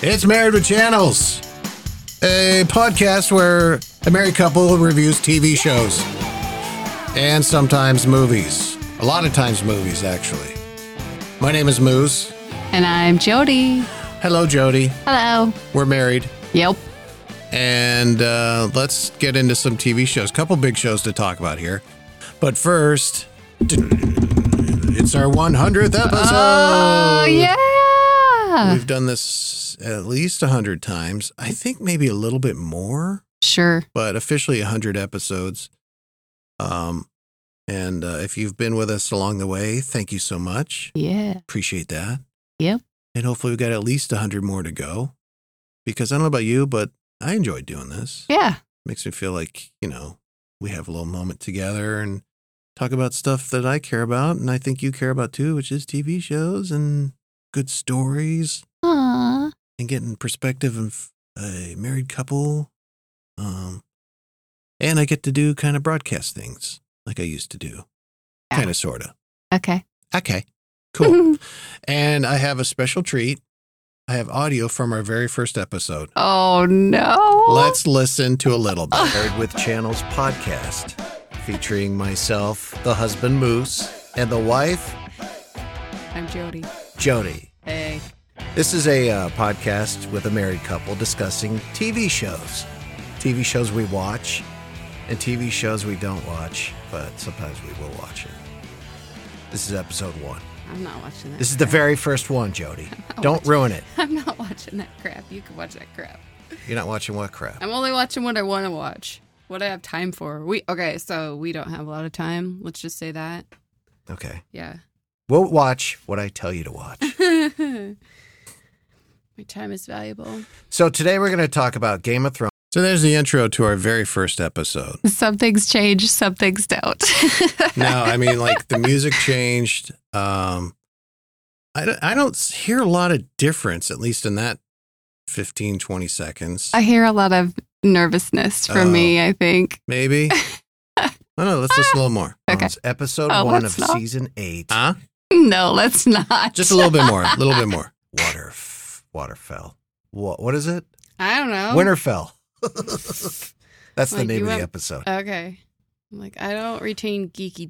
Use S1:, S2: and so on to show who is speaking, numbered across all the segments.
S1: It's Married with Channels, a podcast where a married couple reviews TV shows and sometimes movies. A lot of times, movies, actually. My name is Moose.
S2: And I'm Jody.
S1: Hello, Jody.
S2: Hello.
S1: We're married.
S2: Yep.
S1: And uh, let's get into some TV shows. Couple big shows to talk about here. But first, it's our 100th episode.
S2: Oh, yeah.
S1: We've done this at least 100 times. I think maybe a little bit more,
S2: Sure.
S1: but officially 100 episodes. Um, and uh, if you've been with us along the way, thank you so much.
S2: Yeah.
S1: Appreciate that.
S2: Yep.
S1: And hopefully we've got at least 100 more to go because I don't know about you, but I enjoy doing this.
S2: Yeah.
S1: makes me feel like, you know, we have a little moment together and talk about stuff that I care about and I think you care about too, which is TV shows and good stories
S2: Aw.
S1: and getting perspective of a married couple. Um, and I get to do kind of broadcast things like I used to do,
S2: Yeah.
S1: kind of, sort of.
S2: Okay.
S1: Okay, cool. and I have a special treat. I have audio from our very first episode.
S2: oh, no.
S1: Let's listen to a little bit.
S2: Ugh.
S1: Paired with Channels podcast, featuring myself, the husband Moose, and the wife
S2: I'm Jody.
S1: Jody.
S2: Hey.
S1: This is a uh, podcast with a married couple discussing TV shows, TV shows we watch, and TV shows we don't watch, but sometimes we will watch it. This is episode one.
S2: I'm not watching that.
S1: This is the very first one, Jody. Don't ruin it.
S2: I'm not watching that crap. You can watch that crap.
S1: You're not watching what crap?
S2: I'm only watching what I want to watch. What I have time for. We okay, so we don't have a lot of time. Let's just say that.
S1: Okay.
S2: Yeah.
S1: We'll watch what I tell you to watch.
S2: My time is valuable.
S1: So today we're going to talk about Game of Thrones. So there's the intro to our very first episode.
S2: Some things change, some things don't.
S1: Now, I mean, like the music changed. Um, I don't, I don't hear a lot of difference, at least in that 15, 20 seconds.
S2: I hear a lot of nervousness from
S1: Oh.
S2: me, I think.
S1: Maybe. No, no, let's listen a little more.
S2: Okay.
S1: It's episode
S2: Oh,
S1: one of
S2: let's not.
S1: season eight. Huh?
S2: No, let's not.
S1: Just a little bit more. A little bit more. Water, waterfell. What, what is it?
S2: I don't know.
S1: Winterfell. That's the
S2: Oh. Like,
S1: name
S2: you
S1: of the
S2: have-
S1: episode.
S2: Okay. I'm Like I don't retain geeky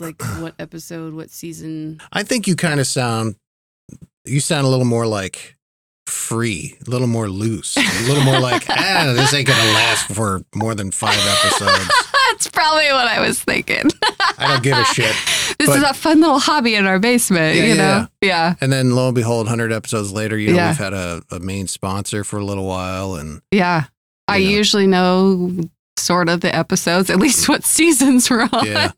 S2: like what episode, what season.
S1: I think you kind of sound you sound a little more like free, a little more loose, a little more like ah, this ain't gonna last for more than five episodes.
S2: That's probably what I was thinking.
S1: I don't give a shit.
S2: This
S1: But-
S2: is a fun little hobby in our basement,
S1: Yeah,
S2: you
S1: yeah,
S2: know? Yeah.
S1: And then lo and behold, hundred episodes later, you know,
S2: Yeah.
S1: we've had a, a main sponsor for a little while, and
S2: Yeah. I
S1: You know.
S2: usually know sort of the episodes, at least what seasons we're on.
S1: Yeah.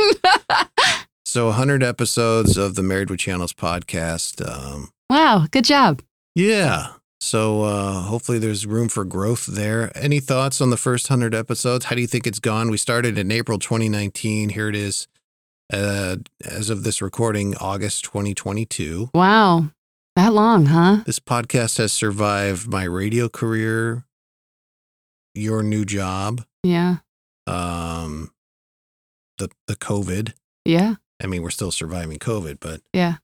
S1: so hundred episodes of the Married with Channels podcast. Um,
S2: wow. Good job.
S1: yeah. So uh, hopefully there's room for growth there. Any thoughts on the first 100 episodes? How do you think it's gone? We started in April 2019. Here it is uh, as of this recording, August 2022.
S2: Wow. That long, huh?
S1: This podcast has survived my radio career, your new job,
S2: Yeah.
S1: um, the the COVID.
S2: Yeah.
S1: I mean, we're still surviving COVID, but
S2: Yeah.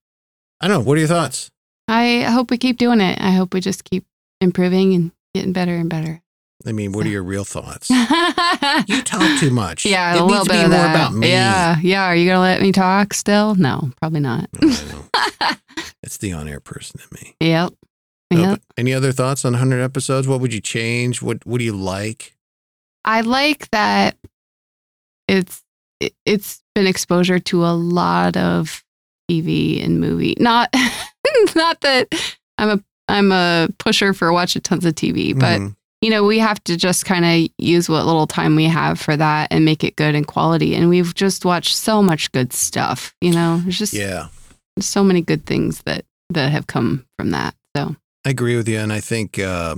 S1: I don't know. What are your thoughts?
S2: I hope we keep doing it. I hope we just keep improving and getting better and better.
S1: I mean, what are your real thoughts?
S2: you
S1: you talk too much.
S2: Yeah,
S1: it
S2: a
S1: needs
S2: little
S1: to
S2: bit
S1: be
S2: of
S1: more
S2: that.
S1: about me.
S2: Yeah, yeah. Are you gonna let me talk still? No, probably not.
S1: I don't know. It's the on-air person in me.
S2: yep.
S1: So,
S2: Yep.
S1: but any other thoughts on 100 episodes? What would you change? What What do you like?
S2: I like that it's it, it's been exposure to a lot of TV and movie. Not not that I'm a I'm a pusher for watching tons of TV, but
S1: Mhm.
S2: you know, we have to just kind of use what little time we have for that and make it good and quality. And we've just watched so much good stuff, you know, there's just
S1: yeah,
S2: so many good things that, that have come from that. So,
S1: I agree with you, and I think uh,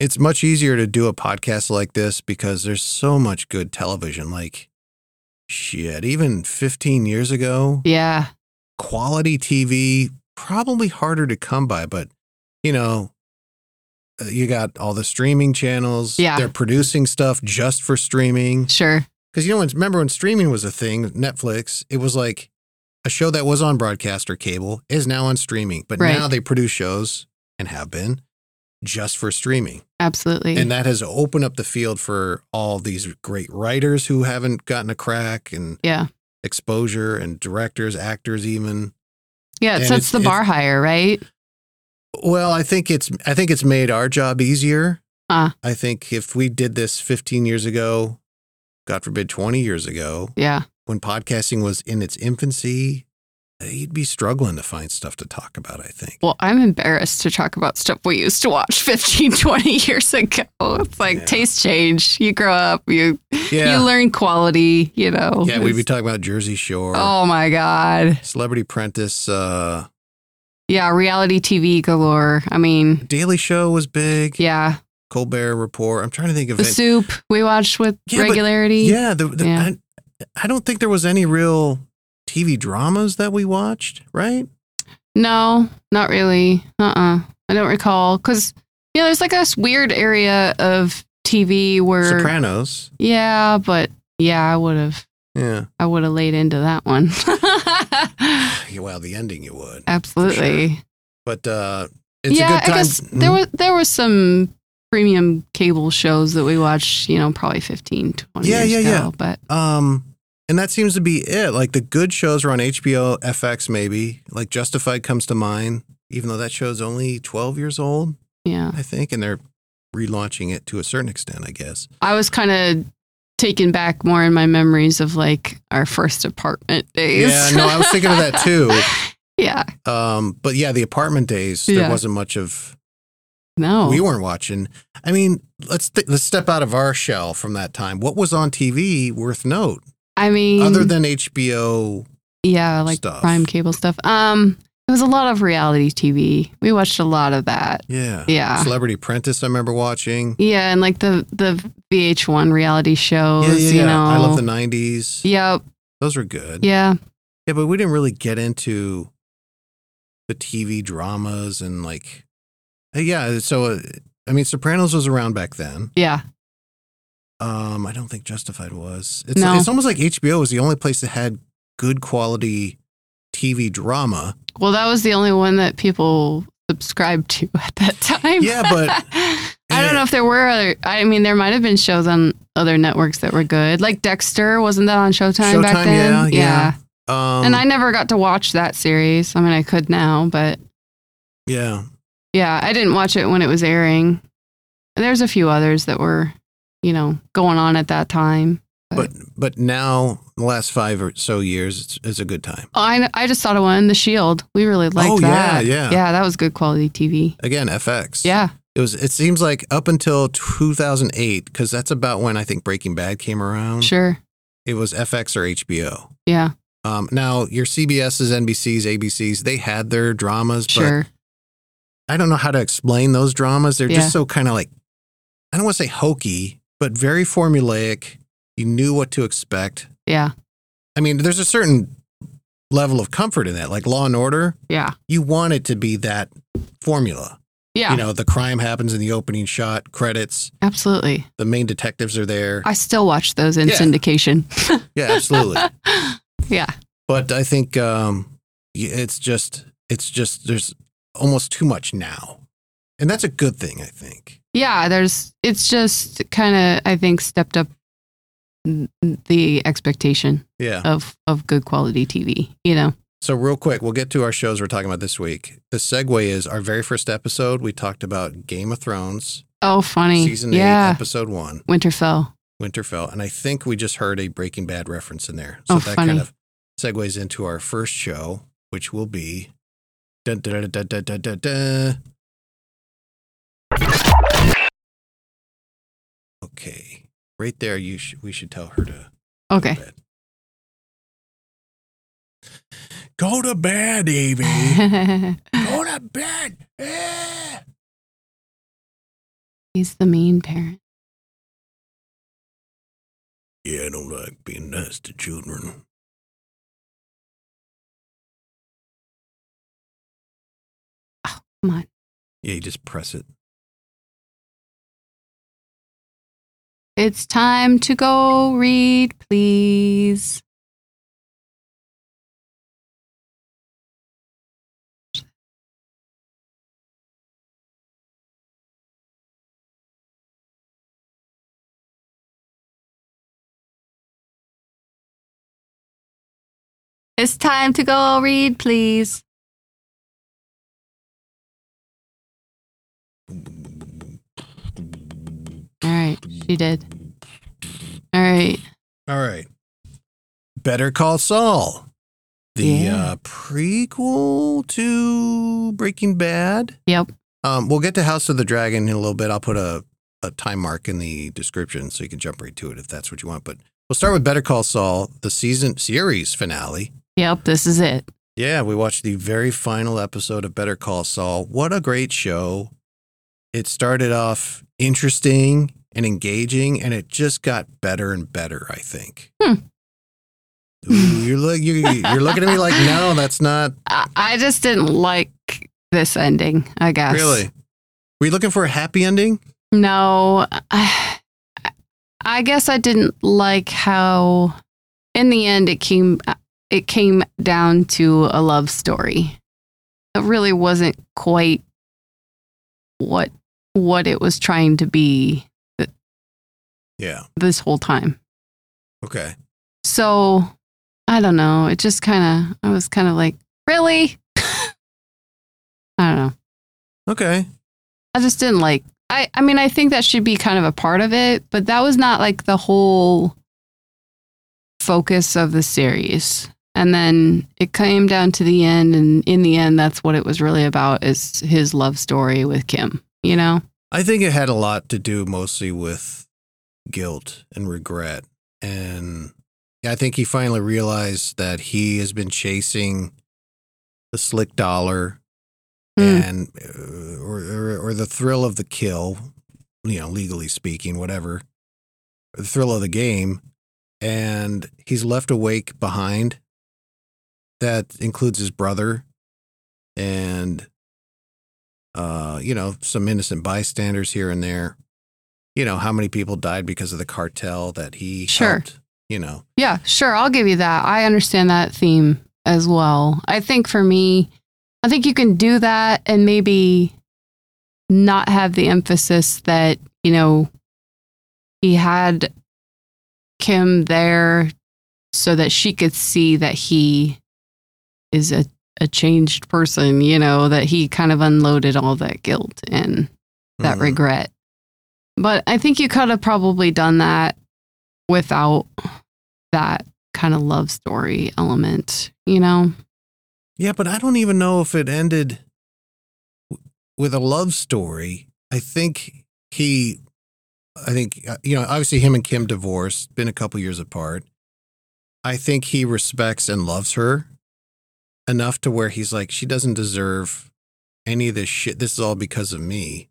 S1: it's much easier to do a podcast like this because there's so much good television. Like shit, even 15 years ago,
S2: yeah.
S1: quality TV probably harder to come by, but you know, uh, you got all the streaming channels.
S2: Yeah.
S1: they're producing stuff just for streaming.
S2: Sure.
S1: Because you know, when, remember when streaming was a thing, Netflix, it was like a show that was on broadcast or cable is now on streaming. But
S2: Right.
S1: now they produce shows and have been just for streaming.
S2: Absolutely.
S1: And that has opened up the field for all these great writers who haven't gotten a crack and
S2: yeah.
S1: exposure and directors, actors even.
S2: Yeah. It
S1: and
S2: sets
S1: it's-
S2: the bar higher, right?
S1: Well, I think it's I think it's made our job easier.
S2: Huh.
S1: I think if we did this 15 years ago, God forbid 20 years ago,
S2: Yeah.
S1: when podcasting was in its infancy, you'd be struggling to find stuff to talk about, I think.
S2: Well, I'm embarrassed to talk about stuff we used to watch 15, 20 years ago. It's like
S1: Yeah.
S2: taste change. You grow up, you
S1: Yeah.
S2: you learn quality, you know.
S1: yeah, we'd be
S2: It's-
S1: talking about Jersey Shore,
S2: Oh my God.
S1: Celebrity Apprentice, uh,
S2: Yeah, reality TV galore. I mean,
S1: Daily Show was big,
S2: yeah.
S1: Colbert Report. I'm trying to think of
S2: The
S1: it.
S2: soup we watched with
S1: Yeah, but-
S2: regularity.
S1: Yeah, the, the,
S2: Yeah.
S1: I, I don't think there was any real TV dramas that we watched, right?
S2: No, not really. Uh uh I don't recall. Because, you know, there's like this weird area of TV where.
S1: Sopranos.
S2: Yeah, but yeah, I would have.
S1: Yeah.
S2: I would have laid into that one.
S1: Yeah, Well, the ending you would,
S2: Absolutely.
S1: but uh, it's
S2: yeah,
S1: a good time. Mm-hmm.
S2: I guess there was there was some premium cable shows that we watched, you know, probably 15, 20
S1: Yeah,
S2: years
S1: yeah, yeah.
S2: ago. But
S1: Um, and that seems to be it. Like the good shows are on HBO, FX, maybe. Like Justified comes to mind, even though that show's only 12 years old,
S2: yeah.
S1: I think, and they're relaunching it to a certain extent, I guess.
S2: I was kind of taken back more in my memories of like our first apartment days.
S1: Yeah, no, I was thinking of that too.
S2: yeah.
S1: Um, but yeah, the apartment days,
S2: Yeah. Oh.
S1: there wasn't much of
S2: No.
S1: we weren't watching. I mean, let's th- let's step out of our shell from that time. What was on TV worth note
S2: I mean,
S1: other than HBO?
S2: yeah, like
S1: stuff.
S2: prime cable stuff. Um, it was a lot of reality TV. We watched a lot of that.
S1: Yeah.
S2: Yeah.
S1: Celebrity Apprentice I remember watching.
S2: Yeah, and like the the VH1 reality shows,
S1: Yeah, yeah,
S2: you
S1: yeah.
S2: know.
S1: I love the 90s.
S2: Yep.
S1: Those were good.
S2: Yeah.
S1: Yeah, but we didn't really get into the TV dramas and like, uh, yeah. So, uh, I mean, Sopranos was around back then.
S2: Yeah.
S1: Um, I don't think Justified was. It's,
S2: No.
S1: it's almost like HBO was the only place that had good quality TV drama.
S2: Well, that was the only one that people subscribed to at that time.
S1: Yeah, but-
S2: I don't know if there were other. I mean, there might have been shows on other networks that were good, like Dexter. Wasn't that on Showtime,
S1: Showtime,
S2: back then?
S1: yeah, yeah. Um,
S2: and I never got to watch that series. I mean, I could now, but
S1: yeah,
S2: yeah, I didn't watch it when it was airing. And there's a few others that were, you know, going on at that time.
S1: but but now the last five or so years, it's, it's a good time.
S2: I I just saw the one, The Shield. We really liked
S1: Oh, yeah,
S2: that.
S1: yeah.
S2: yeah, that was good quality TV.
S1: Again, FX.
S2: Yeah,
S1: It was. It seems like up until 2008, because that's about when I think Breaking Bad came around.
S2: sure.
S1: It was FX or HBO.
S2: Yeah,
S1: Um, now your CBS's, NBC's, ABC's, they had their dramas,
S2: sure.
S1: but I don't know how to explain those dramas. They're
S2: Yeah.
S1: just so kind of like I don't want to say hokey, but very formulaic. You knew what to expect.
S2: Yeah,
S1: I mean, there's a certain level of comfort in that. Like Law and Order,
S2: yeah.
S1: you want it to be that formula.
S2: Yeah,
S1: You know, the crime happens in the opening shot, credits,
S2: absolutely.
S1: the main detectives are there.
S2: I still watch those in
S1: Yeah.
S2: syndication.
S1: yeah, absolutely.
S2: yeah,
S1: but I think um, y- it's just it's just there's almost too much now, and that's a good thing. I think.
S2: yeah. There's it's just kind of I think stepped up n- the expectation
S1: Yeah.
S2: of of good quality TV. You know.
S1: So real quick, we'll get to our shows we're talking about this week. The segue is our very first episode. We talked about Game of Thrones,
S2: Oh, funny.
S1: season eight,
S2: yeah,
S1: episode one,
S2: Winterfell.
S1: Winterfell, and I think we just heard a Breaking Bad reference in there.
S2: Oh,
S1: So that
S2: funny.
S1: kind of segues into our first show, which will be. Dun, dun, dun, dun, dun, dun, dun, dun. Okay, right there. You sh- we should tell her to go
S2: Okay.
S1: to bed. Go to bed, Evie.
S2: He's
S1: go to bed. Eh.
S2: the mean parent.
S1: Yeah, I don't like being nice to children.
S2: Come on.
S1: Yeah, you just press it.
S2: It's time to go read, please. It's time to go read, please. All right, she did. All right.
S1: All right. Better Call Saul, the
S2: Yeah.
S1: uh, prequel to Breaking Bad.
S2: Yep.
S1: Um, we'll get to House of the Dragon in a little bit. I'll put a, a time mark in the description so you can jump right to it if that's what you want. But we'll start with Better Call Saul, the season series finale.
S2: Yep, this is it.
S1: Yeah, we watched the very final episode of Better Call Saul. What a great show. It started off interesting and engaging, and it just got better and better, I think.
S2: Hmm.
S1: Ooh, you're, look, you you're looking at me like, no, that's not
S2: I, I just didn't like this ending, I guess.
S1: really. Were you looking for a happy ending?
S2: No, I, I guess I didn't like how, in the end, it came it came down to a love story. It really wasn't quite what what it was trying to be
S1: Yeah.
S2: this whole time.
S1: Okay.
S2: So I don't know. It just kind of I was kind of like, really? I don't know.
S1: Okay.
S2: I just didn't like. I I mean, I think that should be kind of a part of it, but that was not like the whole focus of the series. And then it came down to the end, and in the end, that's what it was really about: is his love story with Kim. You know?
S1: I think it had a lot to do mostly with guilt and regret. And I think he finally realized that he has been chasing the slick dollar
S2: Mm.
S1: and uh, or, or or the thrill of the kill, you know, legally speaking, whatever. The thrill of the game and he's left awake behind. That includes his brother and uh, you know, some innocent bystanders here and there. You know, how many people died because of the cartel that he
S2: Sure.
S1: helped, you know.
S2: Yeah, sure. I'll give you that. I understand that theme as well. I think for me, I think you can do that and maybe not have the emphasis that, you know, he had Kim there so that she could see that he is a, a changed person, you know, that he kind of unloaded all that guilt and that
S1: Mhm.
S2: regret. But I think you could have probably done that without that kind of love story element, you know?
S1: Yeah, but I don't even know if it ended w- with a love story. I think he, I think, uh, you know, obviously him and Kim divorced, been a couple years apart. I think he respects and loves her enough to where he's like, she doesn't deserve any of this shit. This is all because of me.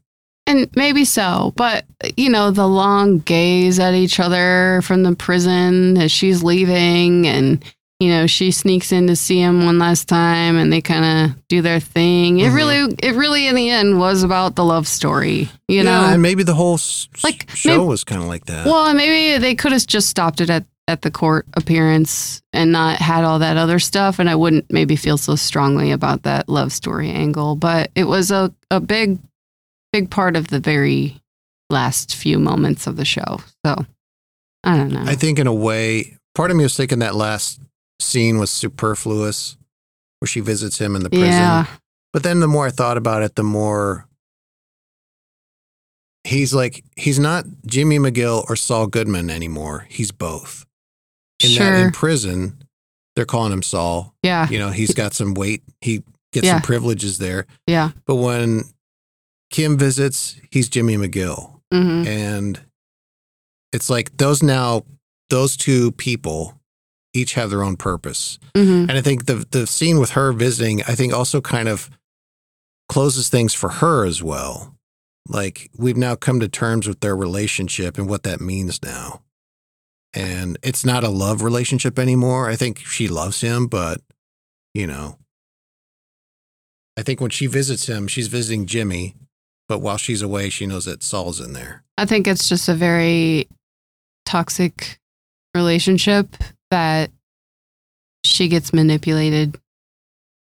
S2: And maybe so, but you know, the long gaze at each other from the prison as she's leaving and you know, she sneaks in to see him one last time and they kind of do their thing. It
S1: Mhm.
S2: really it really in the end was about the love story, you know.
S1: and maybe the whole s- s-
S2: Like,
S1: show
S2: maybe-
S1: was kind of like that.
S2: Well, and maybe they could have just stopped it at, at the court appearance and not had all that other stuff. And I wouldn't maybe feel so strongly about that love story angle. But it was a, a big, big part of the very last few moments of the show. So I don't know.
S1: I think in a way, part of me was thinking that last scene was superfluous, where she visits him in the prison.
S2: yeah.
S1: But then the more I thought about it, the more he's like he's not Jimmy McGill or Saul Goodman anymore. He's both. In that
S2: Sure.
S1: in prison, they're calling him Saul.
S2: yeah.
S1: You know, he's got some weight. He gets
S2: Yeah.
S1: some privileges there.
S2: Yeah.
S1: But when Kim visits, he's Jimmy McGill.
S2: hmm
S1: And it's like those now those two people each have their own purpose.
S2: hmm
S1: And I think the the scene with her visiting, I think also kind of closes things for her as well. Like we've now come to terms with their relationship and what that means now. And it's not a love relationship anymore. I think she loves him, but you know, I think when she visits him, she's visiting Jimmy, but while she's away, she knows that Saul's in there.
S2: I think it's just a very toxic relationship that she gets manipulated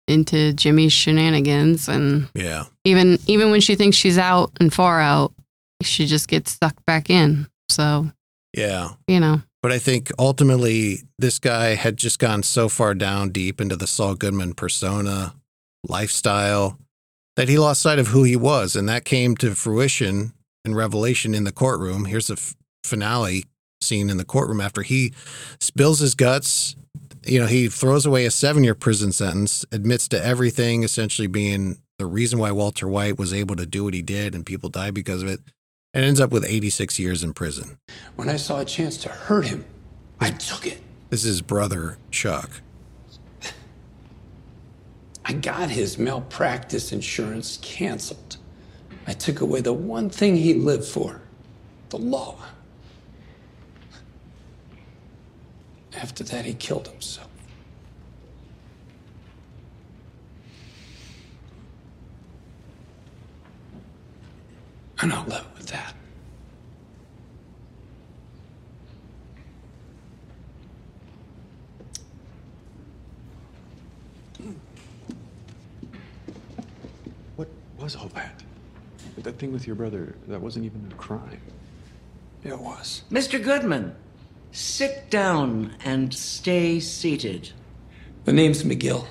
S2: into Jimmy's shenanigans and
S1: Yeah.
S2: even even when she thinks she's out and far out, she just gets sucked back in. So,
S1: Yeah.
S2: you know.
S1: But But I think ultimately this guy had just gone so far down deep into the Saul Goodman persona, lifestyle, that he lost sight of who he was. And that came to fruition and revelation in the courtroom. Here's the f- finale scene in the courtroom after he spills his guts. You know, he throws away a seven year prison sentence, admits to everything, essentially being the reason why Walter White was able to do what he did and people died because of it, and ends up with 86 years in prison.
S3: When I saw a chance to hurt him, I took it.
S1: This is his brother, Chuck.
S3: I got his malpractice insurance canceled. I took away the one thing he lived for the law. After that, he killed himself. I'm not living with that.
S4: What was all that? That thing with your brother, that wasn't even a crime.
S3: It was.
S5: Mr. Goodman, sit down and stay seated.
S3: The name's McGill.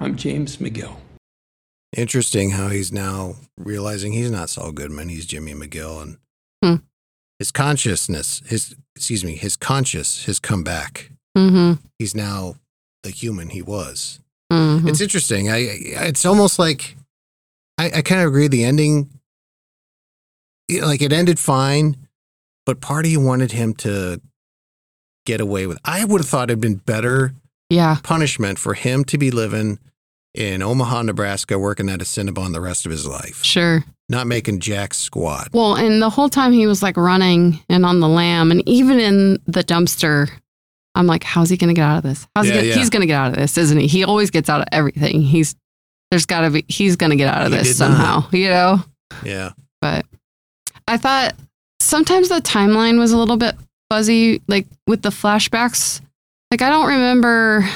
S3: I'm James McGill.
S1: Interesting how he's now realizing he's not Saul Goodman, he's Jimmy McGill. And
S2: Hmm.
S1: his consciousness, his, excuse me, his conscious has come back.
S2: Mm-hmm.
S1: He's now the human he was.
S2: mm-hmm.
S1: It's interesting. I I- it's almost like I, I kind of agree. The ending, you know, like it ended fine, but part of you wanted him to get away with. I would have thought it'd been better
S2: Yeah.
S1: punishment for him to be living in Omaha, Nebraska, working at a Cinnabon the rest of his life,
S2: Sure.
S1: not making jack squat.
S2: Well, and the whole time he was like running and on the lam, and even in the dumpster, I'm like, how's he going to get out of this? How's
S1: Yeah,
S2: he gonna,
S1: yeah.
S2: He's going to get out of this, isn't he? He always gets out of everything. He's there's got to be he's going to get out of
S1: He
S2: this
S1: did not.
S2: somehow, you know.
S1: Yeah,
S2: But I thought sometimes the timeline was a little bit fuzzy, like with the flashbacks. Like I don't remember.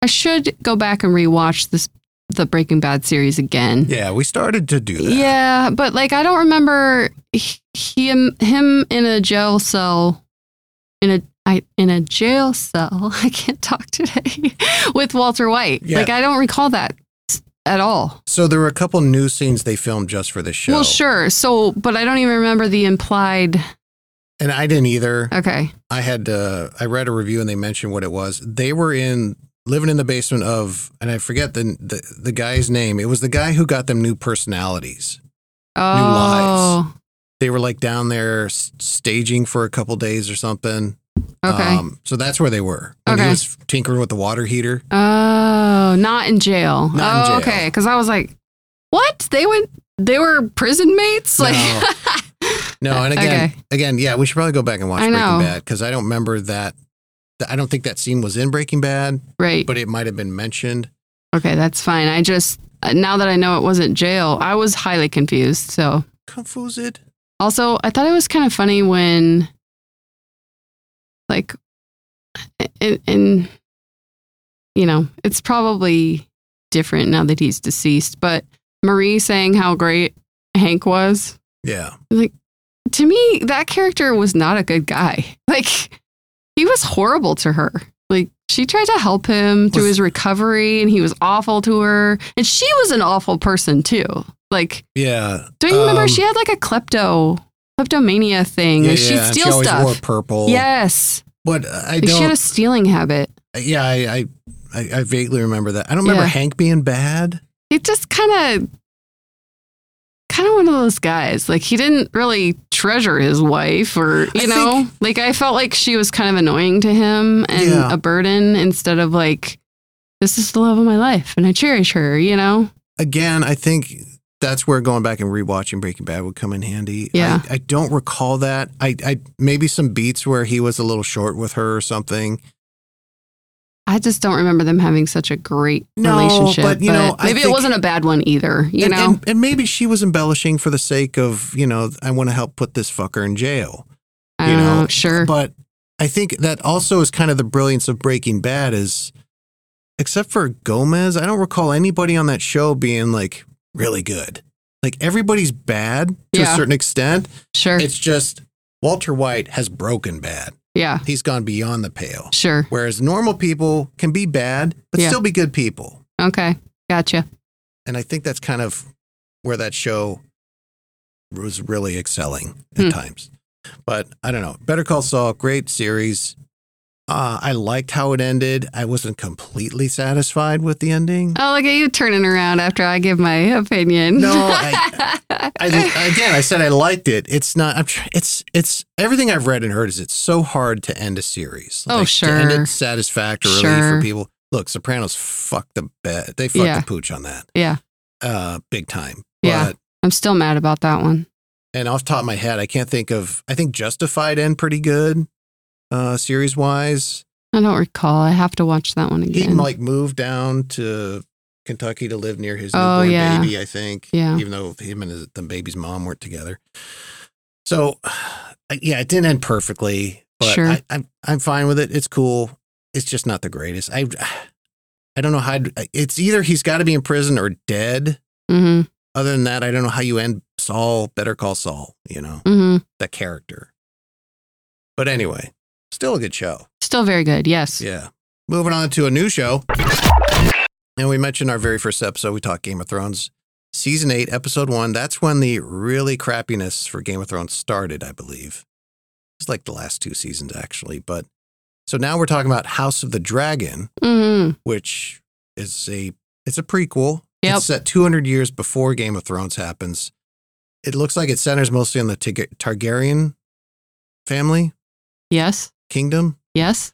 S2: I should go back and rewatch this the Breaking Bad series again.
S1: yeah. We started to do that.
S2: Yeah, but like I don't remember h- him him in a jail cell in a I, in a jail cell. I can't talk today with Walter White.
S1: Yeah.
S2: Like I don't recall that s- at all.
S1: So there were a couple new scenes they filmed just for the show.
S2: Well, sure. So, but I don't even remember the implied.
S1: And I didn't either.
S2: Okay.
S1: I had uh, I read a review and they mentioned what it was. They were in living in the basement of, and I forget the the, the guy's name. It was the guy who got them new personalities.
S2: Oh.
S1: They were like down there s- staging for a couple days or something.
S2: Okay.
S1: Um, so that's where they were. When He
S2: Okay.
S1: was tinkering with the water heater.
S2: oh, not in jail.
S1: Not in
S2: oh,
S1: jail.
S2: okay. Because I was like, what? They went. They were prison mates. Like.
S1: No. No, and again, again, yeah, we should probably go back and watch
S2: I
S1: Breaking
S2: know.
S1: Bad because I don't remember that. I don't think that scene was in Breaking Bad,
S2: right.
S1: but it might have been mentioned.
S2: Okay, that's fine. I just uh, now that I know it wasn't jail, I was highly confused. So,
S1: Confused.
S2: also, I thought it was kind of funny when, like, in, in you know, it's probably different now that he's deceased, but Marie saying how great Hank was
S1: Yeah,
S2: to me, that character was not a good guy. Like, he was horrible to her. Like, she tried to help him through
S1: Was-
S2: his recovery and he was awful to her. And she was an awful person too. Like,
S1: yeah.
S2: don't you remember
S1: Um,
S2: she had like a klepto, kleptomania thing? and she'd
S1: and
S2: steal
S1: always
S2: stuff.
S1: Wore purple.
S2: Yes.
S1: but uh, I
S2: Like, she had a
S1: don't.
S2: stealing habit.
S1: yeah, I, I I I vaguely remember that. I don't remember
S2: Yeah.
S1: Hank being bad.
S2: He just kind of, kind of one of those guys. Like, he didn't really treasure his wife or, you
S1: I
S2: know, like I felt like she was kind of annoying to him and
S1: Yeah.
S2: a burden instead of like, this is the love of my life and I cherish her, you know?
S1: Again, I think that's where going back and rewatching Breaking Bad would come in handy.
S2: Yeah.
S1: I, I don't recall that. I I maybe some beats where he was a little short with her or something.
S2: I just don't remember them having such a great
S1: No,
S2: relationship.
S1: but, you know, I
S2: maybe it
S1: think-
S2: wasn't a bad one either, you
S1: and,
S2: know?
S1: and, and maybe she was embellishing for the sake of you know I want to help put this fucker in jail.
S2: I
S1: you
S2: don't
S1: know,
S2: know, sure.
S1: But I think that also is kind of the brilliance of Breaking Bad is, except for Gomez, I don't recall anybody on that show being like really good. Like everybody's bad to a
S2: Yeah.
S1: certain extent.
S2: sure.
S1: It's just Walter White has broken bad.
S2: Yeah.
S1: He's gone beyond the pale.
S2: Sure.
S1: Whereas normal people can be bad, but
S2: Yeah.
S1: still be good people.
S2: Okay. Gotcha.
S1: And I think that's kind of where that show was really excelling at
S2: Hmm.
S1: times. But I don't know. Better Call Saul, great series. Uh, I liked how it ended. I wasn't completely satisfied with the ending.
S2: Oh, look at you turning around after I give my opinion.
S1: No, I just, again, I said I liked it. It's not. I'm. Tr- it's. It's everything I've read and heard is it's so hard to end a series.
S2: Oh,
S1: To end
S2: sure.
S1: it satisfactorily
S2: Sure.
S1: for people. Look, Sopranos fucked the bet. They fucked
S2: Yeah.
S1: the pooch on that.
S2: Yeah.
S1: Uh, big time.
S2: Yeah.
S1: But,
S2: I'm still mad about that one.
S1: and off the top of my head, I can't think of. I think Justified end pretty good. Uh, series wise,
S2: I don't recall. I have to watch that one
S1: he
S2: again.
S1: like moved down to Kentucky to live near his
S2: Oh,
S1: newborn
S2: yeah.
S1: baby. I think.
S2: Yeah.
S1: Even though him and his, the baby's mom weren't together. So, I- yeah, it didn't end perfectly, but
S2: Sure.
S1: I, I'm I'm fine with it. It's cool. It's just not the greatest. I I don't know how. I'd, it's either he's got to be in prison or dead.
S2: hmm
S1: Other than that, I don't know how you end Saul. Better call Saul. You know
S2: hmm
S1: that character. But anyway, still a good show.
S2: Still very good. Yes.
S1: Yeah. Moving on to a new show. And we mentioned our very first episode. We talked Game of Thrones, season eight, episode one. That's when the really crappiness for Game of Thrones started, I believe. It's like the last two seasons, actually. But so now we're talking about House of the Dragon,
S2: hmm
S1: which is a it's a prequel.
S2: Yep.
S1: It's set 200 years before Game of Thrones happens. It looks like it centers mostly on the Tig- Targaryen family
S2: Yes.
S1: kingdom
S2: Yes.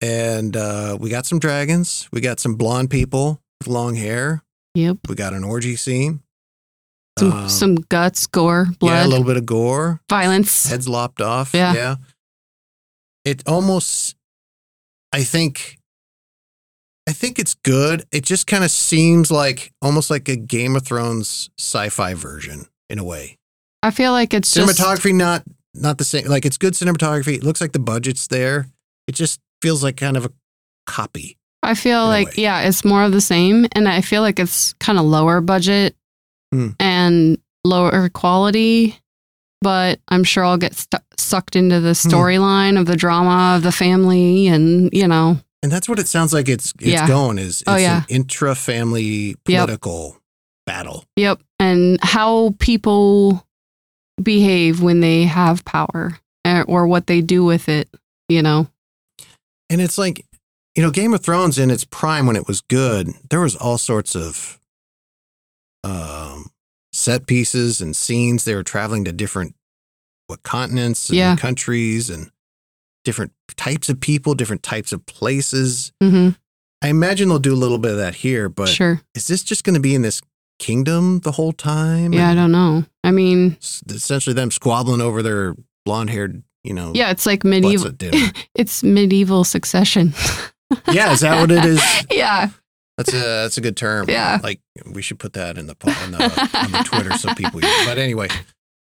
S1: and uh, we got some dragons. We got some blonde people with long hair.
S2: Yep.
S1: We got an orgy scene.
S2: Some,
S1: Um,
S2: some guts, gore,
S1: yeah,
S2: blood,
S1: a little bit of gore,
S2: violence.
S1: heads lopped off.
S2: Yeah.
S1: It almost, I think, I think it's good. It just kind of seems like almost like a Game of Thrones sci-fi version in a way.
S2: I feel like it's just
S1: cinematography not not the same. Like it's good cinematography. It looks like the budget's there. It just feels like kind of a copy.
S2: I feel
S1: in a
S2: like
S1: way.
S2: yeah, it's more of the same, and I feel like it's kind of lower budget
S1: Hmm.
S2: and lower quality. But I'm sure I'll get stu sucked into the
S1: Hmm.
S2: storyline of the drama of the family, and you know,
S1: And that's what it sounds like it's it's
S2: Yeah.
S1: going is it's
S2: Oh, yeah.
S1: an intra family political battle.
S2: yep, and how people behave when they have power eh, or what they do with it. You know,
S1: And it's like, you know, Game of Thrones in its prime when it was good, there was all sorts of um set pieces and scenes. They were traveling to different what continents and
S2: Yeah.
S1: countries and different types of people, different types of places.
S2: hmm
S1: I imagine they'll do a little bit of that here, but
S2: sure,
S1: is this just gonna be in this kingdom the whole time?
S2: yeah, I
S1: And-
S2: don't know. I mean,
S1: s- essentially them squabbling over their blonde haired, you know,
S2: yeah, it's like
S1: butts
S2: medieval.
S1: at dinner.
S2: It's medieval succession.
S1: yeah, is that what it is?
S2: yeah.
S1: That's a that's a good term.
S2: Yeah.
S1: like we should put that in the po- on the, on the Twitter so people. Use. But anyway,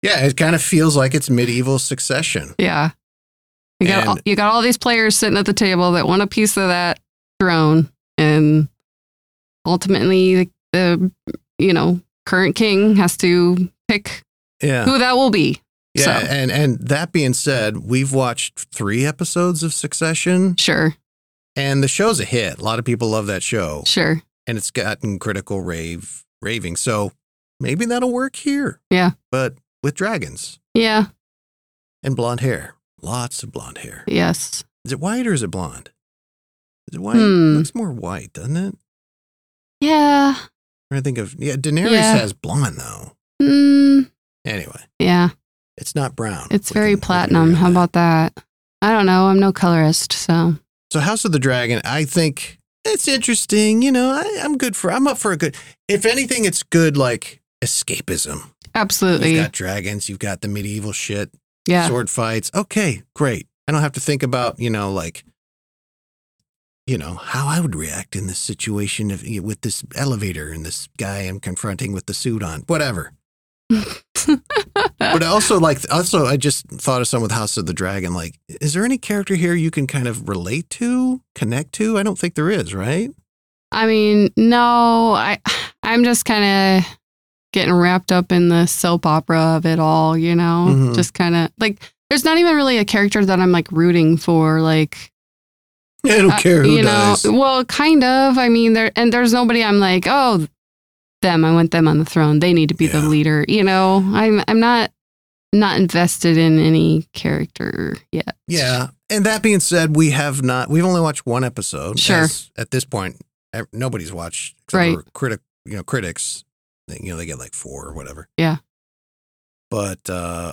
S1: yeah, it kind of feels like it's medieval succession.
S2: Yeah. You got, all,
S1: And-
S2: you got all these players sitting at the table that want a piece of that throne. And ultimately, the, the you know, current king has to pick
S1: Yeah,
S2: who that will be.
S1: yeah,
S2: So.
S1: and and that being said, we've watched three episodes of Succession,
S2: Sure,
S1: and the show's a hit. A lot of people love that show,
S2: sure.
S1: and it's gotten critical rave raving. So maybe that'll work here.
S2: Yeah.
S1: but with dragons.
S2: Yeah,
S1: and blonde hair. Lots of blonde hair.
S2: yes.
S1: Is it white or is it blonde? Is it white?
S2: Hmm.
S1: Looks more white, doesn't it?
S2: Yeah.
S1: Or I think of yeah, Daenerys
S2: Yeah.
S1: has blonde though.
S2: Mm,
S1: Anyway,
S2: yeah,
S1: it's not brown.
S2: it's
S1: We
S2: very
S1: can- we can
S2: platinum.
S1: agree on
S2: How
S1: that.
S2: about that? I don't know. I'm no colorist, so
S1: So House of the Dragon? I think it's interesting. You know, I, I'm good for. I'm up for a good. If anything, it's good like escapism. You've
S2: absolutely.
S1: got dragons. You've got the medieval shit.
S2: Yeah.
S1: sword fights. Okay, great. I don't have to think about you know like you know how I would react in this situation if with this elevator and this guy I'm confronting with the suit on, whatever. but I also like also I just thought of some with House of the Dragon. Like, is there any character here you can kind of relate to, connect to? I don't think there is, right?
S2: I mean, no, I I'm just kind of getting wrapped up in the soap opera of it all, you know.
S1: Mhm.
S2: Just kind of like there's not even really a character that I'm like rooting for. Like,
S1: I don't
S2: I-
S1: care who
S2: Uh, you know,
S1: dies.
S2: well, kind of. I mean, there and there's nobody I'm like, oh, them. I want them on the throne. They need to be
S1: Yeah.
S2: the leader. You know, I'm I'm not not invested in any character yet.
S1: Yeah. And that being said, we have not. We've only watched one episode.
S2: Sure.
S1: As- at this point, ev- nobody's watched. Except
S2: Right.
S1: For critic, you know, critics. They- You know, they get like four or whatever.
S2: Yeah.
S1: But uh,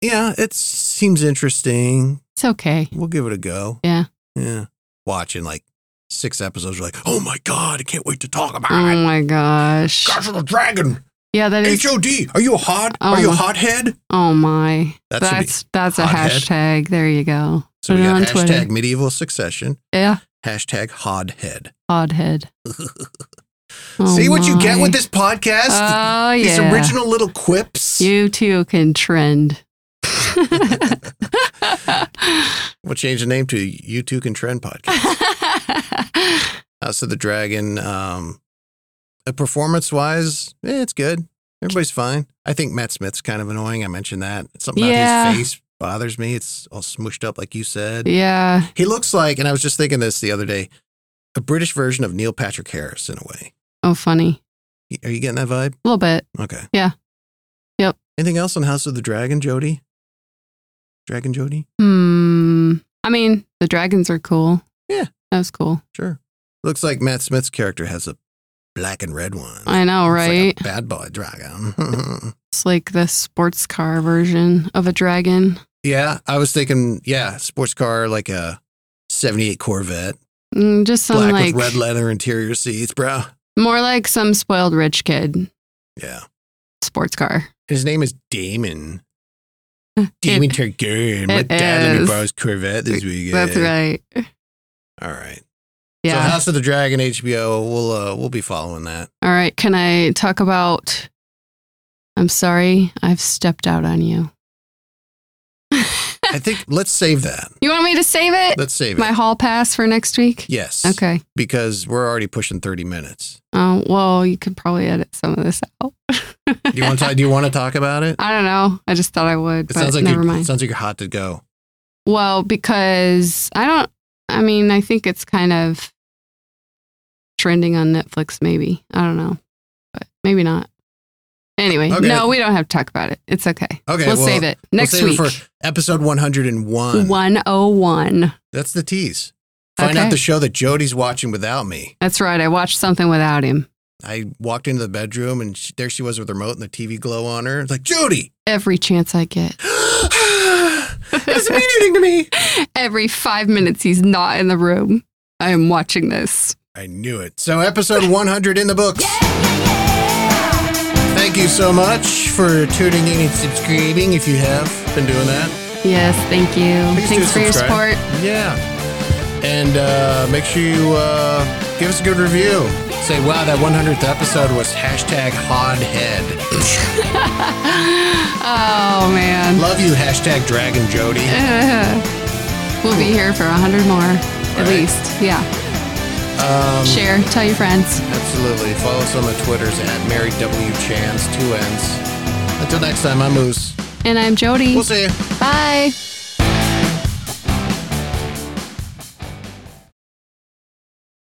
S1: yeah, it seems interesting.
S2: It's okay.
S1: We'll give it a go.
S2: Yeah.
S1: Yeah. Watching like six episodes, you're like, oh my god, I can't wait to talk about
S2: Oh
S1: it.
S2: my gosh.
S1: Gosh, little dragon.
S2: Yeah, that is.
S1: H O D. Are you a hot?
S2: Oh
S1: Are you a
S2: my-
S1: hothead?
S2: Oh my.
S1: That should be
S2: that's that's a
S1: hothead.
S2: hashtag. There you go.
S1: So
S2: Put
S1: we
S2: it
S1: got
S2: on
S1: hashtag
S2: Twitter.
S1: medieval succession.
S2: Yeah.
S1: Hashtag hodhead.
S2: Oddhead. Oh
S1: See what you get
S2: my.
S1: with this podcast?
S2: Oh yeah.
S1: These original little quips.
S2: You too can trend.
S1: We'll change the name to You Two Can Trend Podcast. House of the Dragon. Um, performance wise, it's good. Everybody's fine. I think Matt Smith's kind of annoying. I mentioned that. Something about
S2: Yeah.
S1: his face bothers me. It's all smooshed up, like you said.
S2: yeah.
S1: He looks like, and I was just thinking this the other day, a British version of Neil Patrick Harris in a way.
S2: Oh, funny.
S1: Are you getting that vibe?
S2: A little bit.
S1: Okay.
S2: Yeah. Yep.
S1: Anything else on House of the Dragon, Jody? Dragon Jody?
S2: Hmm. I mean, the dragons are cool.
S1: Yeah.
S2: That was cool.
S1: Sure. Looks like Matt Smith's character has a black and red one.
S2: I know,
S1: Looks like a
S2: right?
S1: bad boy dragon.
S2: It's like the sports car version of a dragon.
S1: yeah, I was thinking, yeah, sports car like a 78 Corvette,
S2: Mm, just some
S1: black
S2: like
S1: with red leather interior seats, bro.
S2: more like some spoiled rich kid
S1: Yeah.
S2: sports car.
S1: His name is Damon. Damon Targaryen. My
S2: it
S1: dad let me
S2: is.
S1: borrow his Corvette this weekend.
S2: That's right.
S1: All right. So
S2: Yeah.
S1: House of the Dragon HBO, we'll uh, we'll be following that.
S2: All right. Can I talk about? I'm sorry, I've stepped out on you.
S1: I think let's save that.
S2: You want me to save it?
S1: Let's save it.
S2: My hall pass for next week?
S1: yes.
S2: Okay.
S1: Because we're already pushing 30 minutes.
S2: Oh, well, you could probably edit some of this out.
S1: Do you want to do you want to talk about it?
S2: I don't know. I just thought I would,
S1: It
S2: Uh, but
S1: sounds like
S2: never
S1: you're,
S2: mind.
S1: It sounds like you're hot to go.
S2: well, because I don't, I mean, I think it's kind of trending on Netflix, maybe. I don't know, but maybe not. Anyway,
S1: Okay.
S2: no, we don't have to talk about it. It's okay.
S1: Okay, well,
S2: we'll, save it
S1: We'll
S2: next
S1: save it
S2: week.
S1: for episode 101.
S2: 101.
S1: That's the tease. Find
S2: Okay.
S1: out the show that Jody's watching without me.
S2: That's right. I watched something without him
S1: I walked into the bedroom and she, there she was with the remote and the TV glow on her. It's like Jody.
S2: every chance I get.
S1: Doesn't mean anything to me.
S2: Every five minutes he's not in the room. I am watching this.
S1: I knew it. So, episode 100 in the books. Thank you so much for tuning in and subscribing if you have been doing that.
S2: Yes, thank you.
S1: Please do
S2: Thanks for your
S1: subscribe.
S2: support.
S1: Yeah. And uh, make sure you uh, give us a good review. Say, wow, that 100th episode was hashtag hodhead.
S2: Oh man.
S1: Love you, hashtag dragon Jody.
S2: We'll be here for a hundred more. At
S1: Right. Um,
S2: least. Yeah. Share. Tell your friends.
S1: Absolutely. Follow us on the Twitters at Mary W. Chans, two N's. Until next time, I'm Moose.
S2: And I'm Jody.
S1: We'll see you.
S2: Bye.